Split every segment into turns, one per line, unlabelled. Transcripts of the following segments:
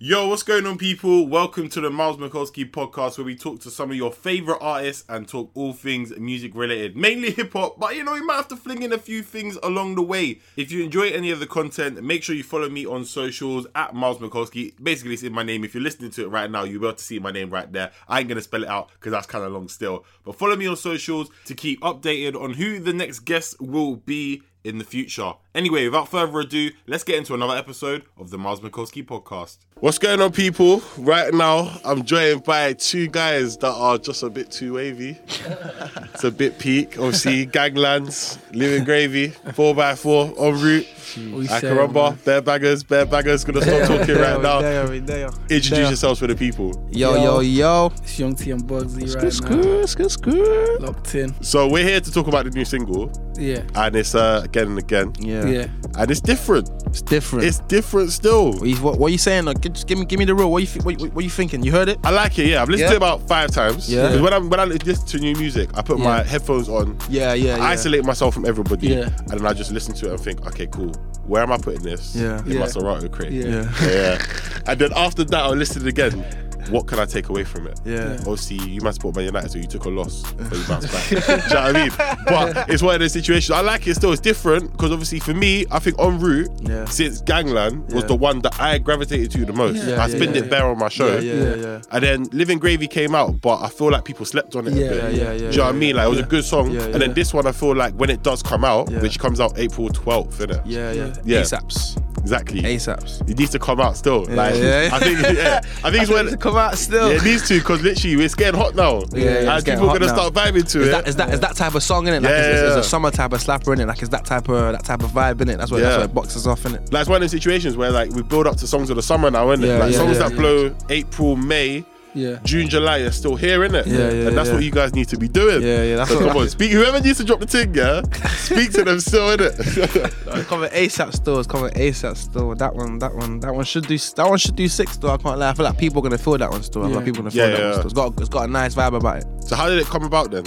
Yo, what's going on, people? Welcome to the Miles Mikulski podcast, where we talk to some of your favorite artists and talk all things music related, mainly hip hop. But you know, we might have to fling in a few things along the way. If you enjoy any of the content, make sure you follow me on socials at Miles Mikulski. Basically, it's in my name. If you're listening to it right now, you'll be able to see my name right there. I ain't gonna spell it out because that's kind of long still. But follow me on socials to keep updated on who the next guest will be in the future. Anyway, without further ado, let's get into another episode of the Miles Mikulski podcast. What's going on, people? Right now, I'm joined by two guys that are just a bit too wavy. it's a bit peak. Obviously, Ganglands, Living Gravy, 4x4, En route.
We
I can
saying,
remember,
man?
Bear Baggers, Bear Baggers, gonna stop talking right now. Introduce
There.
yourselves for the people.
Yo,
Yo.
yo, yo.
It's Young T and Bugsy right now. Locked in.
So, we're here to talk about the new single,
Yeah.
and it's uh, again and again.
Yeah.
Yeah.
And it's different.
It's different.
It's different still.
what, you, what, what you saying? Like, just give me, give me the real. What you, thi- what, you- what you thinking? You heard it?
I like it. Yeah, I've listened
Yeah.
to it about five times.
Yeah.
'Cause when I'm when I listen to new music, I put my
Yeah.
headphones on.
Yeah, yeah,
I
yeah.
isolate myself from everybody,
Yeah.
and then I just listen to it and think, okay, cool. Where am I putting this?
Yeah.
in my
Yeah.
Serato crate.
Yeah.
Yeah.
yeah, yeah. And then after that, I'll listen again. What can I take away from it?
Yeah.
Obviously, you might support Man United, so you took a loss, but you bounced back. Do you know what I mean? But it's one of those situations. I like it still. It's different because obviously for me, I think En route
Yeah.
since Gangland was
Yeah.
the one that I gravitated to the most.
Yeah,
I
yeah,
spinned
yeah,
it bare on my show.
Yeah, yeah, yeah, yeah.
And then Living Gravy came out, but I feel like people slept on it
Yeah,
a bit.
yeah,
Do
yeah,
you
yeah,
know what I
yeah,
mean? Like it was
yeah.
a good song.
Yeah,
And then
yeah.
this one, I feel like when it does come out,
Yeah.
which comes out April 12th, innit?
Yeah, yeah.
Yeah.
ASAPs.
Exactly.
ASAPs.
It needs to come out still. like
yeah.
I think, yeah, I think it's when
to come out still.
yeah, it needs to because literally it's getting hot now.
Yeah, yeah, it's
and
getting
people are
hot
gonna
now.
start vibing to
Is
it.
that is that is that type of song in it? Like
Yeah,
it's, it's,
yeah.
it's a summer type of slapper in it. Like it's that type of that type of vibe in it. That's what
Yeah.
that's what it boxes off in it.
like it's one of those situations where like we build up to songs of the summer now, innit?
Yeah,
like
yeah,
songs
yeah,
that
yeah.
blow April, May,
Yeah.
June, July are still here, innit?
Yeah, yeah,
And that's
yeah.
what you guys need to be doing.
Yeah, yeah, that's
so
what-
come on, speak. Whoever needs to drop the ting, yeah, speak to them still, innit?
It's coming ASAP still. It's coming ASAP still. That one, that one, that one should do. That one should do six though. I can't lie. I feel like people are gonna feel that one still. I feel like
Yeah.
people are gonna
Yeah,
feel that
yeah.
one still. It's got it's got a nice vibe about it.
so how did it come about then?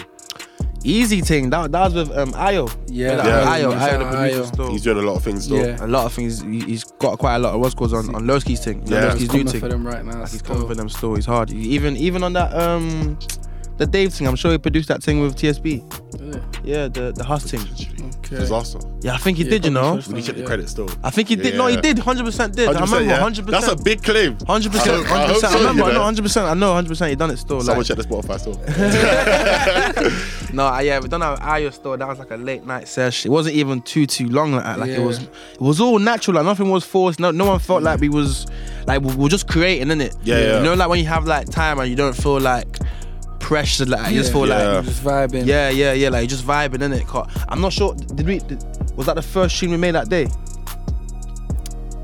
Easy thing. That, that was with um, Ayo.
Yeah.
Yeah.
that was with Ayo. Ayo,
Yeah.
the producer
Ayo.
still.
He's doing a lot of things though.
Yeah.
a lot of things. he- He's got quite a lot of what's called on on Lowski's thing.
Yeah.
Yeah,
He's
Lowski's new
coming
thing.
for them right now.
He's
still.
coming for them still. He's hard. He- Even even on that um the Dave thing. I'm sure he produced that thing with TSB.
Yeah.
Yeah, the the Huss thing.
Okay.
Disaster.
Yeah, I think he
Yeah,
did. You
probably
know.
first
We
time.
need to check the
Yeah.
credits still.
I think he did. No, he
Yeah.
did. 100% did. I
100%,
remember.
yeah?
100%.
That's a big claim. I
Hundred percent,
hope- I
hundred
hope
percent.
so,
I remember,
you
I
know.
know, hundred percent. I know, hundred percent. You done it still.
Someone
like-
check the Spotify still.
No, I- yeah, we done our Ayo store. That was like a late night session. It wasn't even too too long like that. Like
Yeah.
it was, it was all natural. Like nothing was forced. No, no one felt like we was like we were just creating, innit?
Yeah, yeah.
You know, like when you have like time and you don't feel like pressure. Like you
Yeah.
just feel
Yeah.
like
Just vibing.
yeah, yeah, yeah. Like you just vibing, innit? Cause I'm not sure. Did we? Did, was that the first stream we made that day?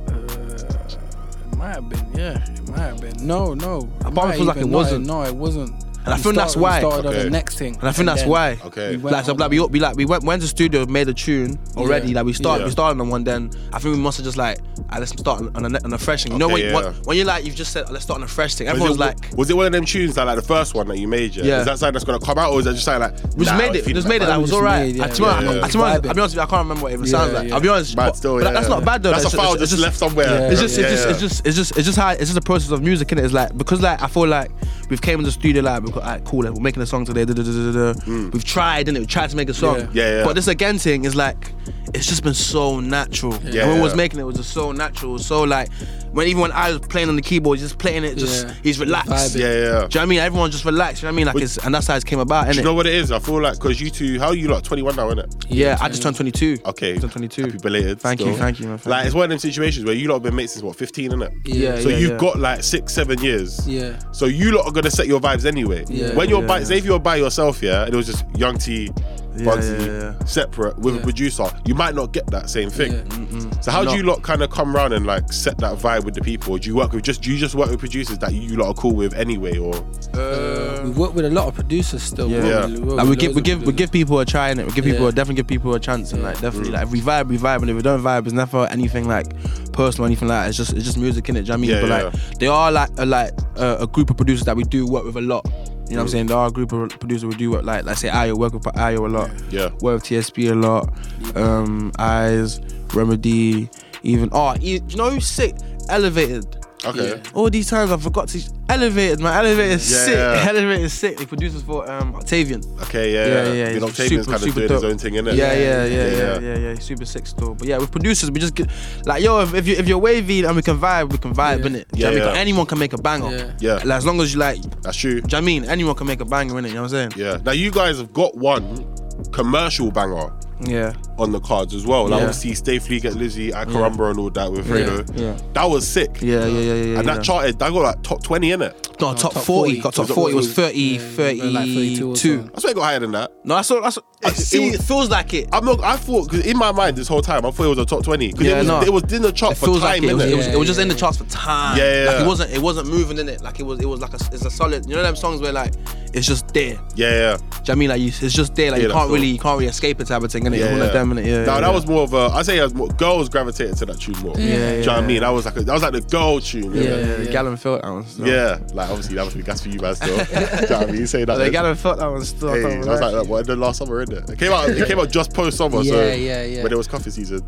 Uh, it might have been. Yeah. It might have been. No. No.
I probably
might
feel like
even
it
not-
wasn't.
No, it wasn't.
And I think that's why.
Started on
Okay.
the next thing.
And I think that's why.
Okay.
We went
Like, so,
on
like, we, we like we went, went to studio, made a tune already.
Yeah.
Like we started,
Yeah.
we started on one. Then I think we must have just like, ah, let's start on a, ne- on a fresh thing. You know
Okay,
when,
yeah.
when, when you're like, you've just said, "Ah, let's start on a fresh thing.
Was
Everyone's
it,
like,
was it one of them tunes that like the first one that you made? Yeah.
Yeah.
Is that something that's gonna come out, or is that just something like
we just
nah,
made
I
it, we
feel
just
like
made it.
that?
Like, it was
Yeah,
alright.
yeah,
I, to be honest,
yeah.
I, to be honest,
Vibing.
I'll be honest with you, I can't remember what it even sounds
Yeah,
like.
yeah.
I'll be honest,
Bad
but-
still,
but
yeah,
that's not
yeah.
bad though.
That's
like,
a
it's-
file
it's
just left somewhere.
It's just,
Yeah,
it's just,
yeah.
it's just, it's just, it's just how it's just a process of music, and it's like because like I feel like we've came in the studio like we've got like cool, like, we're making a song today. Da, da, da, da, da. We've tried and we tried to make a song.
Yeah.
Mm. Yeah, yeah.
But this again thing is like it's just been so natural.
Yeah.
When we was
Yeah.
making it, it was just so natural. So like when even when I was playing on the keyboard, just playing it, just
Yeah.
he's relaxed.
Vibing.
Do you
Yeah, yeah.
know what I mean? Everyone just relaxed. You know what I mean? Like it's and that's how it came about.
Do
innit?
you know what it is? I feel like because you two, how are you like 21 now, innit?
yeah, I just turned 22.
Okay.
turned 22.
Happy belated.
Thank you,
still.
thank you, man, thank
like
you.
it's one of them situations where you lot have been mates since what 15, innit?
Yeah,
So
yeah,
you've
yeah.
got like six, seven years.
Yeah.
So you lot are gonna set your vibes anyway.
Yeah.
When you're
Yeah,
by,
yeah.
say if you're by yourself, yeah, and it was just Young T,
Yeah,
Bugsy,
yeah, yeah.
separate with a
Yeah.
producer, you might not get that same thing.
Yeah.
So how
No.
do you lot kind of come around and like set that vibe with the people? Do you work with just do you just work with producers that you lot are cool with anyway, or
Uh, we work with a lot of producers still.
Yeah.
We work
Yeah.
with- work
Like we
with
give
loads
we
of
give we
producers.
give people a try and we give people
Yeah.
definitely give people a chance and like definitely
Mm.
like if we vibe we vibe and if we don't vibe it's never anything like personal or anything like that. it's just it's just music in it. Do you know what I mean?
Yeah,
but
yeah,
like
yeah.
they are like a, like a, a group of producers that we do work with a lot. You know what
Mm.
I'm saying? There are a group of producers we do work like like say Ayo work with Ayo a lot.
Yeah.
Work with TSP a lot. Um, Eyes, Remedy, even oh, e- do you know who's sick? Elevated.
okay?
All these times I forgot to elevated man. Elevated is sick.
Yeah.
Elevated is sick. The producers for um Octavian.
Okay, yeah,
Yeah, yeah,
You
he's
know, Octavian's
super,
kind of
super
doing his
dope.
own thing, innit?
Yeah, yeah, yeah, yeah, yeah, yeah, He's Super sick still. But yeah, with producers, we just get like, yo, if, if you if you're wavy and we can vibe, we can vibe,
Yeah.
innit?
Yeah,
Yeah, yeah.
yeah.
Anyone can make a banger.
Yeah.
Yeah.
Like, as long as you like, do you know
That's true.
what I mean? Anyone can make a banger, innit? You know what I'm saying?
Yeah. Now you guys have got one commercial banger
Yeah.
on the cards as well. Like
Yeah.
obviously Stay Flea Get Lizzie, Akaramba and all that with Fredo.
Yeah.
That was sick.
Yeah, yeah, yeah, yeah. yeah
And that charted, that got like top 20 in it.
no, top, 40. Got top
Was it
40 was
all-
30,
Yeah, like 32 or
32.
something.
I swear it got higher than that.
No, that's all. That's
It-
it, see,
it-
it feels like it.
I'm not, I thought, because in my mind this whole time, I thought it was a top 20. Because it,
Yeah,
was-
no.
it was in the chart
It
for time,
feels like it. It was,
innit?
it was,
Yeah,
it was just
yeah,
in the
yeah.
charts for time.
Yeah, yeah,
Like
yeah.
it wasn't. It wasn't moving in it. Like it was. It was like a. It's a solid. You know them songs where like it's just there.
yeah, yeah.
Do you know what I mean? Like you, it's just there. Like
Yeah,
you
that's
can't
all.
really, you can't really escape it type of thing. Innit?
Yeah,
All
yeah.
of them innit? Yeah.
no,
yeah,
that
yeah.
was more of a. I say it was more girls gravitated to that tune more. Yeah, Do you know what I mean? That was like a, that was like the girl tune.
Yeah,
Yeah,
yeah,
yeah,
the
yeah.
gallon filled that one. Still.
yeah. Like obviously that was that's for you guys still. Do you know what I mean? You say that.
the
then-
gallon filled that one. Still. I
Hey, I
can't
was
lie.
like, what in the last summer, in it? It came out, it came out just post summer, so
Yeah, yeah, yeah.
when it was coffee season.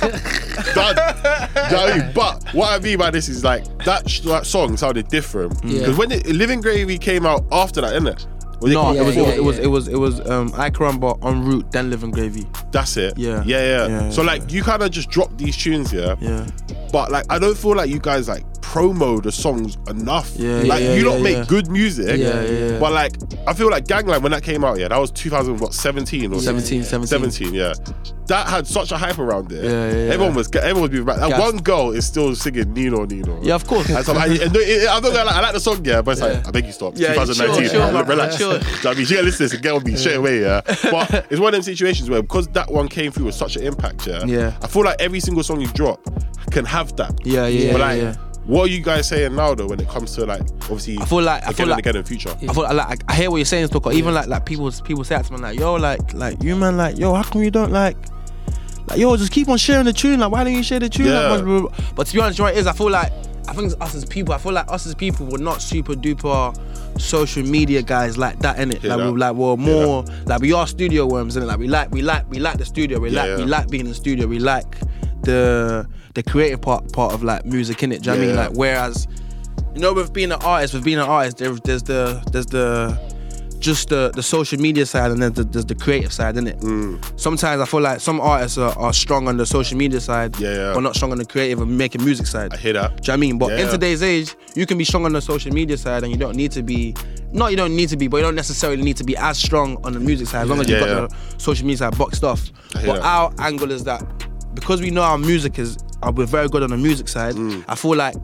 Done. Do you know what I mean? But what I mean by this is like that, sh- that song sounded different because
Yeah.
when it, Living Gravy came out after that, innit? Was it
no,
called-
it was,
Yeah,
it was,
yeah.
it was, it was, it was, um, I crumble en route, then living gravy.
That's it.
Yeah.
yeah, yeah.
Yeah,
so
yeah,
like you kind of just dropped these tunes, yeah.
Yeah,
But like I don't feel like you guys like promo the songs enough.
Yeah,
like
yeah,
you don't
yeah,
make
yeah.
good music.
Yeah, yeah, yeah.
But like I feel like Gangland when that came out, yeah, that was 2017 or
17, 17.
17, yeah. That had such a hype around it.
Yeah, yeah, yeah.
Everyone was everyone was being right. That
Gas.
one girl is still singing Nino Nino.
Yeah, of course.
And so I, and no, it- I'm not gonna lie, I like the song, yeah, but it's like I beg you stop.
Yeah, chill,
2019.
chill,
like,
man,
relax.
chill.
Do you know what I mean, she gotta listen to this and get on me straight away, yeah. But it's one of them situations where because that one came through with such an impact, yeah.
Yeah.
I feel like every single song you drop can have that.
Yeah, yeah,
But
yeah,
like,
yeah.
what are you guys saying now though when it comes to like obviously
I feel like- I
again
feel
and
like-
again in future?
I thought I like I hear what you're saying, Stoker. Even like like people people say that to me like, yo, like like you man, like yo, how come you don't like like yo, just keep on sharing the tune. Like why don't you share the tune?
Yeah.
Like, blah, blah, blah. But to be honest, you know what it is? I feel like I think it's us as people. I feel like us as people were not super duper social media guys like that in it.
Hear
Like,
that.
we, like we're more like we are studio worms in it. Like we like we like we like the studio. We
Yeah,
like
yeah.
we like being in the studio. We like the the creative part part of like music in it. Do you know
Yeah,
what I mean?
yeah.
Like whereas you know, with being an artist, with being an artist, there, there's the there's the just the the social media side, and then the, there's the creative side, isn't it?
Mm.
Sometimes I feel like some artists are, are strong on the social media side,
Yeah, yeah.
but not strong on the creative and making music side.
I hear that.
Do you know what I mean? But
Yeah,
in
yeah.
today's age, you can be strong on the social media side, and you don't need to be. Not you don't need to be, but you don't necessarily need to be as strong on the music side as long as
Yeah,
you've
yeah.
got the social media side boxed off.
I hear
But
that.
our angle is that because we know our music is, uh, we're very good on the music side. I feel like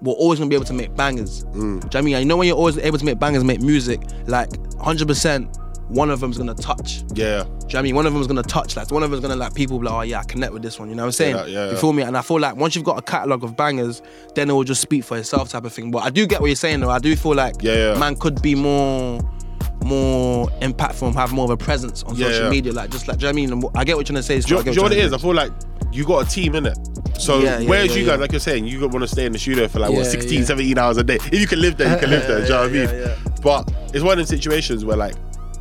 we're always gonna be able to make bangers. Do you know what I mean? You know when you're always able to make bangers, make music, like 100%. one of them's gonna touch.
Yeah.
Do you know what I mean? One of them's gonna touch. Like one of them's gonna like people be like, oh yeah, I connect with this one. You know what I'm saying?
Yeah, yeah,
you
yeah.
feel me? And I feel like once you've got a catalogue of bangers, then it will just speak for itself type of thing. But I do get what you're saying though. I do feel like
Yeah, yeah.
man could be more more impactful and have more of a presence on
Yeah,
social
yeah.
media. Like just like do you know what I mean? And what- I get what you're trying to say.
Do you,
I
do
get
you know what
you're
it is?
trying
I feel like you got a team in it. So
Yeah, yeah,
whereas
yeah,
you guys,
yeah.
like you're saying, you want to stay in the studio for like what
Yeah,
16,
yeah.
17 hours a day. If you can live there, you can live there. do you know what I mean?
Yeah, yeah.
But it's one of those situations where like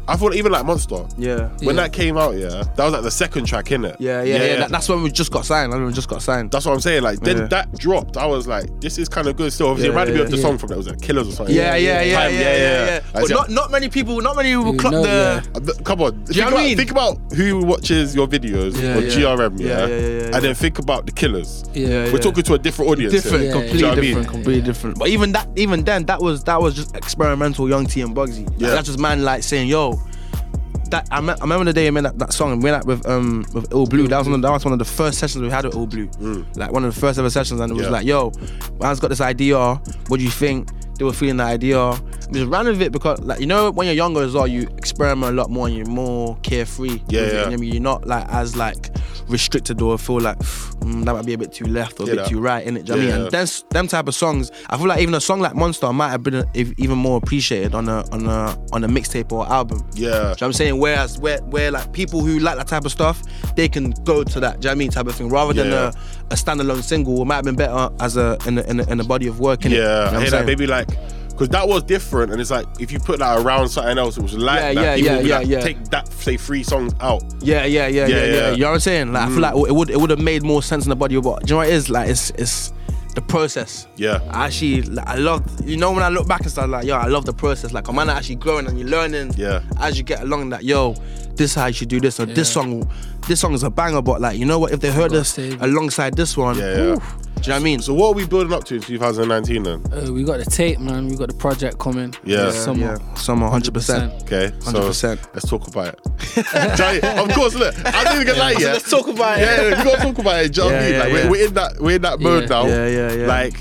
I thought even like Monster.
to say. Yeah.
When
Yeah.
that came out, yeah, that was like the second track in it.
Yeah, yeah, yeah. That- that's when we just got signed. I mean, we just got signed.
That's what I'm saying. Like then
Yeah.
that dropped, I was like, this is kind of good. Still, obviously, it
Yeah,
reminded
yeah,
me of the
yeah.
song from that was like Killers or something.
yeah, yeah, yeah,
Time,
yeah, yeah, yeah.
Like,
But not not many people, not many people
You
clock
know,
the.
yeah.
Uh, th- Come on, think,
you know
about,
what I mean?
think about who watches your videos
Yeah,
on
yeah.
GRM, yeah?
Yeah, yeah, yeah, yeah,
and
yeah.
then think about the killers.
Yeah.
Yeah,
We're
yeah.
talking to a different audience. here.
different,
Yeah,
completely
Do you know what I mean?
different, completely different. But even that, even then, that was that was just experimental, Young T and Bugsy. Like,
Yeah.
that's just man like saying, "Yo." That, I, me- I remember the day I made that, that song and we went out with um with Ill Blue. That was one of, that was one of the first sessions we had with Ill Blue. Like one of the first ever sessions, and it was
Mm. Yeah.
like, "Yo, man's got this idea. What do you think?" They were feeling the idea. We just ran with it because, like, you know, when you're younger as well, you experiment a lot more and you're more carefree.
Yeah, yeah.
with it, you know what I mean? You're not like as like restricted or feel like "Mm, that might be a bit too left or a
Yeah,
bit
that-
too right in it. Do you know what I mean?
Yeah.
And then s- them type of songs, I feel like even a song like Monster might have been a, if, even more appreciated on a on a on a mixtape or album.
Yeah.
Do you know what I'm saying? Whereas where where like people who like that type of stuff, they can go to that, do you know what I mean, type of thing. Rather than
Yeah.
a, a standalone single, it might have been better as a in a, in a, in a body of work. Innit? You know
Yeah,
what I'm
I hear that.
saying?
Maybe like, because that was different, and it's like if you put that around something else, it was like
Yeah,
that.
yeah,
People
yeah,
would be
yeah,
like,
yeah.
Take that, say three songs out.
Yeah, yeah,
Yeah,
yeah, yeah, yeah.
yeah. Mm.
You know what I'm saying? Like, I feel like it would it would have made more sense in the body, but do you know what it is? Like, it's it's the process.
Yeah.
I actually, like, I love. You know, when I look back and stuff, like, yo, I love the process. Like, a man are actually growing and you're learning.
Yeah.
As you get along, that yo, this is how you should do this or this song, this song is a banger, but like, you know what? If they heard this
save it.
alongside this one,
Yeah, yeah.
oof, do you know what I mean?
So what are we building up to in 2019 then?
Uh, we got the tape, man. We got the project coming.
Yeah.
This summer.
Summer, hundred percent.
Okay, so
100%.
let's talk about it. Giant- of course, look, I'm not even gonna lie, yeah.
let's talk about it.
Yeah, yeah, we gotta talk about it. Do you know what I
Yeah,
mean?
yeah,
Like, we're-
yeah.
we're, in that we're in that mode
Yeah.
now.
Yeah, yeah, yeah.
Like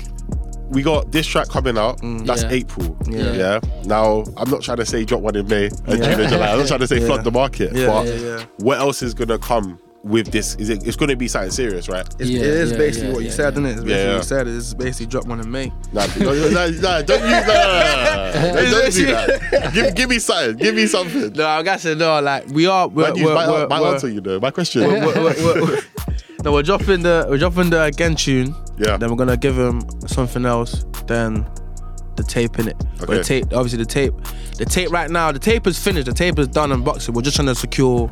we got this track coming out. That's
Yeah.
April.
Yeah.
yeah. Now I'm not trying to say drop one in May and June and July. I'm not trying to say flood the market.
Yeah,
but
yeah, yeah.
what else is gonna come with this? Is it? It's gonna be something serious, right?
It's,
Yeah,
it is
yeah,
basically
yeah,
what you
yeah,
said, isn't it? It's basically
Yeah,
what
yeah.
you said. It's basically drop one in May.
Nah, don't, don't, nah, nah, don't use that. don't do that. Give, give me something. Give me something.
No, I gotta say no. Like, we are. We're,
Mind you,
we're-
my
we're-
my
we're-
answer, you know, my question.
we're, we're, we're, no, we're dropping the we're dropping the again tune.
Yeah.
Then we're gonna give him something else. Then the tape in it. But
Okay.
the tape, obviously the tape, the tape right now. The tape is finished. The tape is done and boxed. We're just trying to secure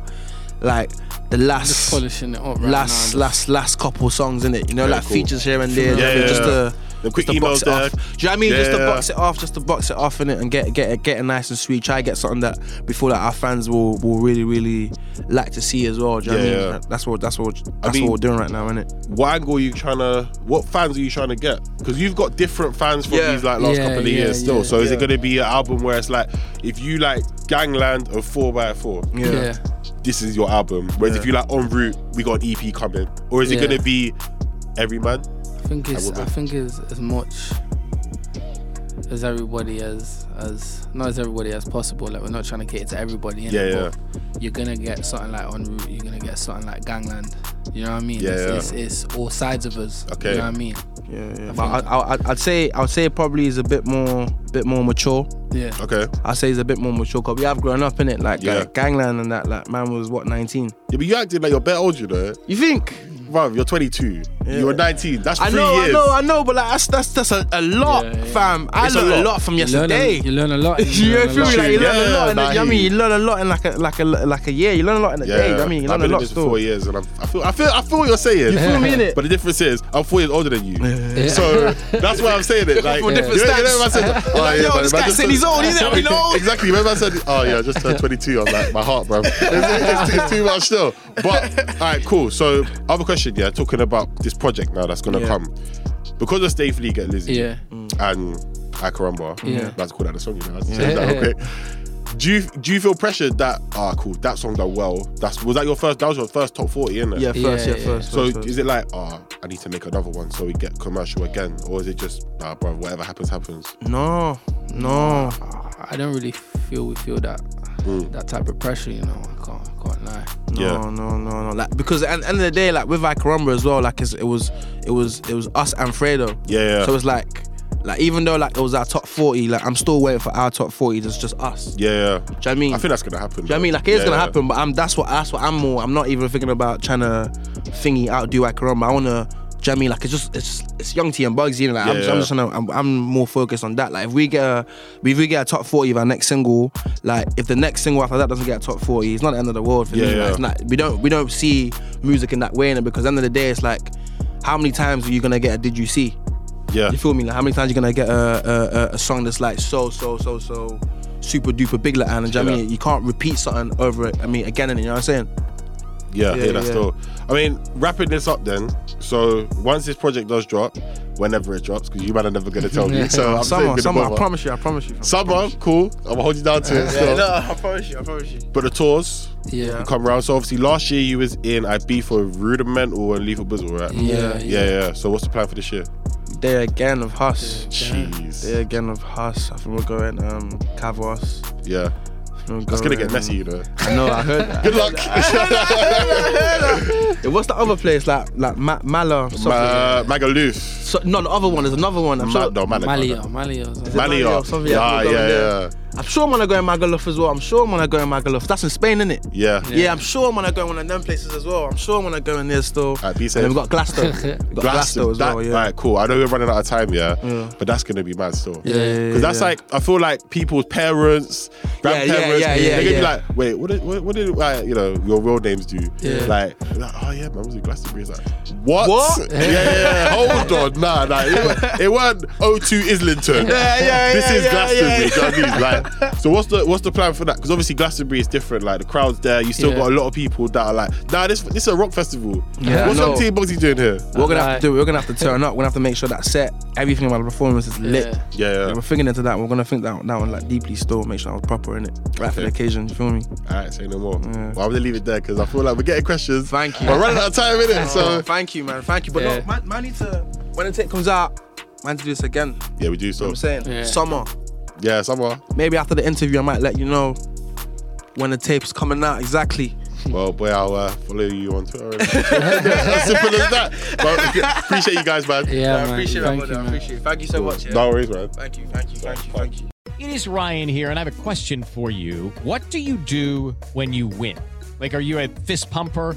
like the last
Polishing it up right
last
now.
last last couple songs in it. You know,
Okay,
like
cool.
features here and there.
Yeah,
Yeah,
yeah,
just
yeah.
to
The quick
just to box
emails
it off.
there.
Do you know what I mean? Just to
Yeah.
box it off, just to box it off in it and get get it get it nice and sweet. Try to get something that before that our fans will will really really like to see as well. Do you know
Yeah,
what I mean?
yeah.
That's what that's what that's
mean-
what we're doing right now, isn't it?
what angle are you trying to what fans are you trying to get because you've got different fans from
Yeah.
these like last
Yeah,
couple of
yeah,
years still
yeah.
so is it
Yeah.
going to be an album where it's like if you like gangland or 4x4
Yeah.
Yeah.
this is your album whereas if you like en route we got an ep coming or is it
Yeah.
going to be every man
I think it's
would
I
be.
think it's as much as everybody as as not as everybody as possible. Like we're not trying to cater to everybody. innit?
Yeah,
But You're gonna get something like on route. You're gonna get something like gangland. You know what I mean?
Yeah, yeah.
It's, it's, it's all sides of us.
Okay.
You know what I mean?
Yeah, yeah. But I, I, I'd say I'd say it probably is a bit more bit more mature.
Yeah.
okay
I'd say it's a bit more mature because we have grown up in it, like,
Yeah.
like gangland and that. Like man was what 19.
yeah, but you acted like you're better old you know
You think?
Bruv, you're 22 you were 19 that's
I
three
know,
years
I know, I know, but like that's that's that's a, a lot,
Yeah, yeah.
fam. I
It's a
learned a
lot.
lot, from
You learn,
yesterday.
a, you learn a lot. and
you
learn a
feel me?
lot.
Like you learn
Yeah,
a lot, in
nah,
a, you know what I
he-
mean, you learn a lot in like a like a like a year. You learn a lot in a day. You know what I mean, you
I've
learn
been
a
in
lot
this for four
still.
years, and I'm, I feel, I feel, I feel what you're saying.
You feel me, innit?
But the difference is, I'm four years older than you, so that's why I'm saying it. Like,
for different
you know- you know
stats.
when I said, oh,
like,
yeah,
yo,
man,
this
man,
guy
just
said
turned-
he's old, he's not even old.
Exactly. Remember I said, oh yeah, I just turned 22. I was like, my heart, bro. It's, it's, it's too much still. But all right, cool. So other question, yeah, talking about this project now that's gonna
Yeah.
come because of Stay Flee Get Lizzy
Yeah.
and Akaramba.
Yeah.
That's called that the song. You know, I had to change that real quick. Do you do you feel pressured that ah cool that song done well? That's was that your first that was your first top forty, innit?
Yeah, first, yeah,
yeah.
first.
So
first, first.
is it like, oh, I need to make another one so we get commercial again, or is it just, nah, bro, whatever happens happens?
no, no.
I don't really feel we feel that.
Hmm.
that type of pressure. You know, I can't, I can't lie.
Yeah.
No, no, no, no. Like because at the end of the day, like with Icarumba as well, like it's, it was, it was, it was us and Fredo.
Yeah, yeah.
So it's like, like even though like it was our top forty, like I'm still waiting for our top forty. It's just us.
Yeah, yeah.
Do you know what I mean?
I think that's gonna happen.
Do you know what I mean? Like it's
it's
gonna happen, but I'm that's what that's what I'm more. I'm not even thinking about trying to thingy outdo Icarumba. I wanna. Do you know what I mean? Like it's just it's just, it's young T and Bugsy, you know. Like, I'm,
Yeah,
just, I'm
yeah.
just trying to. I'm, I'm more focused on that. Like if we get a if we get a top forty of our next single, like if the next single after that doesn't get a top forty, it's not the end of the world for
Yeah,
me. Like,
yeah.
it's not. We don't we don't see music in that way, and because at the end of the day, it's like how many times are you gonna get a did you see?
Yeah.
You feel me? Like how many times you gonna get a, a, a- a song that's like so so so so super duper big like that? And do you know what I mean? You can't repeat something over it. I mean again and you know what I'm saying?
Yeah,
Yeah,
yeah, hear that
yeah.
still. I mean, wrapping this up then. So once this project does drop, whenever it drops, because you might are never gonna tell me. So I'm
Summer,
saying
summer. I
bother.
promise you. I promise you. fam.
Summer, cool. I'm gonna hold you down to it. still.
I promise you. I promise you.
But the tours,
Yeah.
you come around. So obviously last year you was in Ibiza with Rudimental and Lethal Bizzle, right? yeah,
Yeah, yeah.
yeah. So what's the plan for this year?
Day again of Huss.
Jeez.
Day again of Huss. I think we're going um Cavos.
Yeah. It's gonna get messy, you know.
I know. um, I heard that.
Good luck.
Yeah, What's the other place like like Ma- Mala? something?
Ma- Magaluf.
So- no, the other one. There's another one. I'm
Ma-
sure.
no, Malaga.
Malia, Malia. or something.
Malia.
Malia, something, yeah,
Ah,
I think we're
yeah,
going
yeah,
I'm sure I'm gonna go in Magaluf as well. I'm sure I'm gonna go in Magaluf. That's in Spain, isn't it?
yeah.
Yeah. I'm sure I'm gonna go in one of them places as well. I'm sure I'm gonna go in there still.
Alright, be safe.
And then we've got Glasgow. we've got Glasgow as
that-
well, yeah.
Alright, cool. I know we're running out of time, yeah, but that's gonna be mad still.
Yeah, yeah,
Because that's like, I feel like people's parents,
Yeah, yeah,
grandparents,
yeah, yeah,
they're gonna
yeah.
be like, wait, what did, what, what did like, you know, your real names do?
Yeah.
Like, they're like, oh yeah, man, was it Glastonbury? It's like, what?
What?
Yeah, yeah, yeah, hold on, nah, nah. It, wa- it wasn't O2 Islington.
Yeah, yeah,
This
yeah,
is
yeah,
Glastonbury,
yeah.
do you know what I mean? Like, so what's the what's the plan for that? Because obviously Glastonbury is different. Like the crowd's there. You still
Yeah.
got a lot of people that are like, nah, this this is a rock festival.
Yeah,
what's
I
up,
know.
Team Bugsy doing here?
What we're gonna have to
Alright.
do, we're gonna have to turn up. We're gonna have to make sure that set, everything about the performance is lit.
Yeah.
Yeah, yeah.
We're thinking into that. We're gonna think that that one like deeply still, make sure I was proper in it. Right for
Okay.
the occasion, you feel me?
All right, say no more. Well, I'm gonna leave it there because I feel like we're getting questions.
Thank you.
We're running out of time, innit?
So
So
thank you, man. Thank you. But
Yeah.
no, man, man need to when the tape comes out, man to do this again. You know
yeah, we do.
what
So
I'm saying?
Yeah.
Summer.
yeah, somewhere.
Maybe after the interview I might let you know when the tape's coming out exactly.
Well, boy, I'll uh, follow you on Twitter. Simple as that. But appreciate you guys, man.
Yeah, man.
I appreciate it,
Thank
brother.
you,
I
man.
appreciate it. Thank you so much. Yeah.
No worries, man.
Thank you, thank you, thank you, thank you.
It is Ryan here, and I have a question for you. What do you do when you win? Like, are you a fist pumper?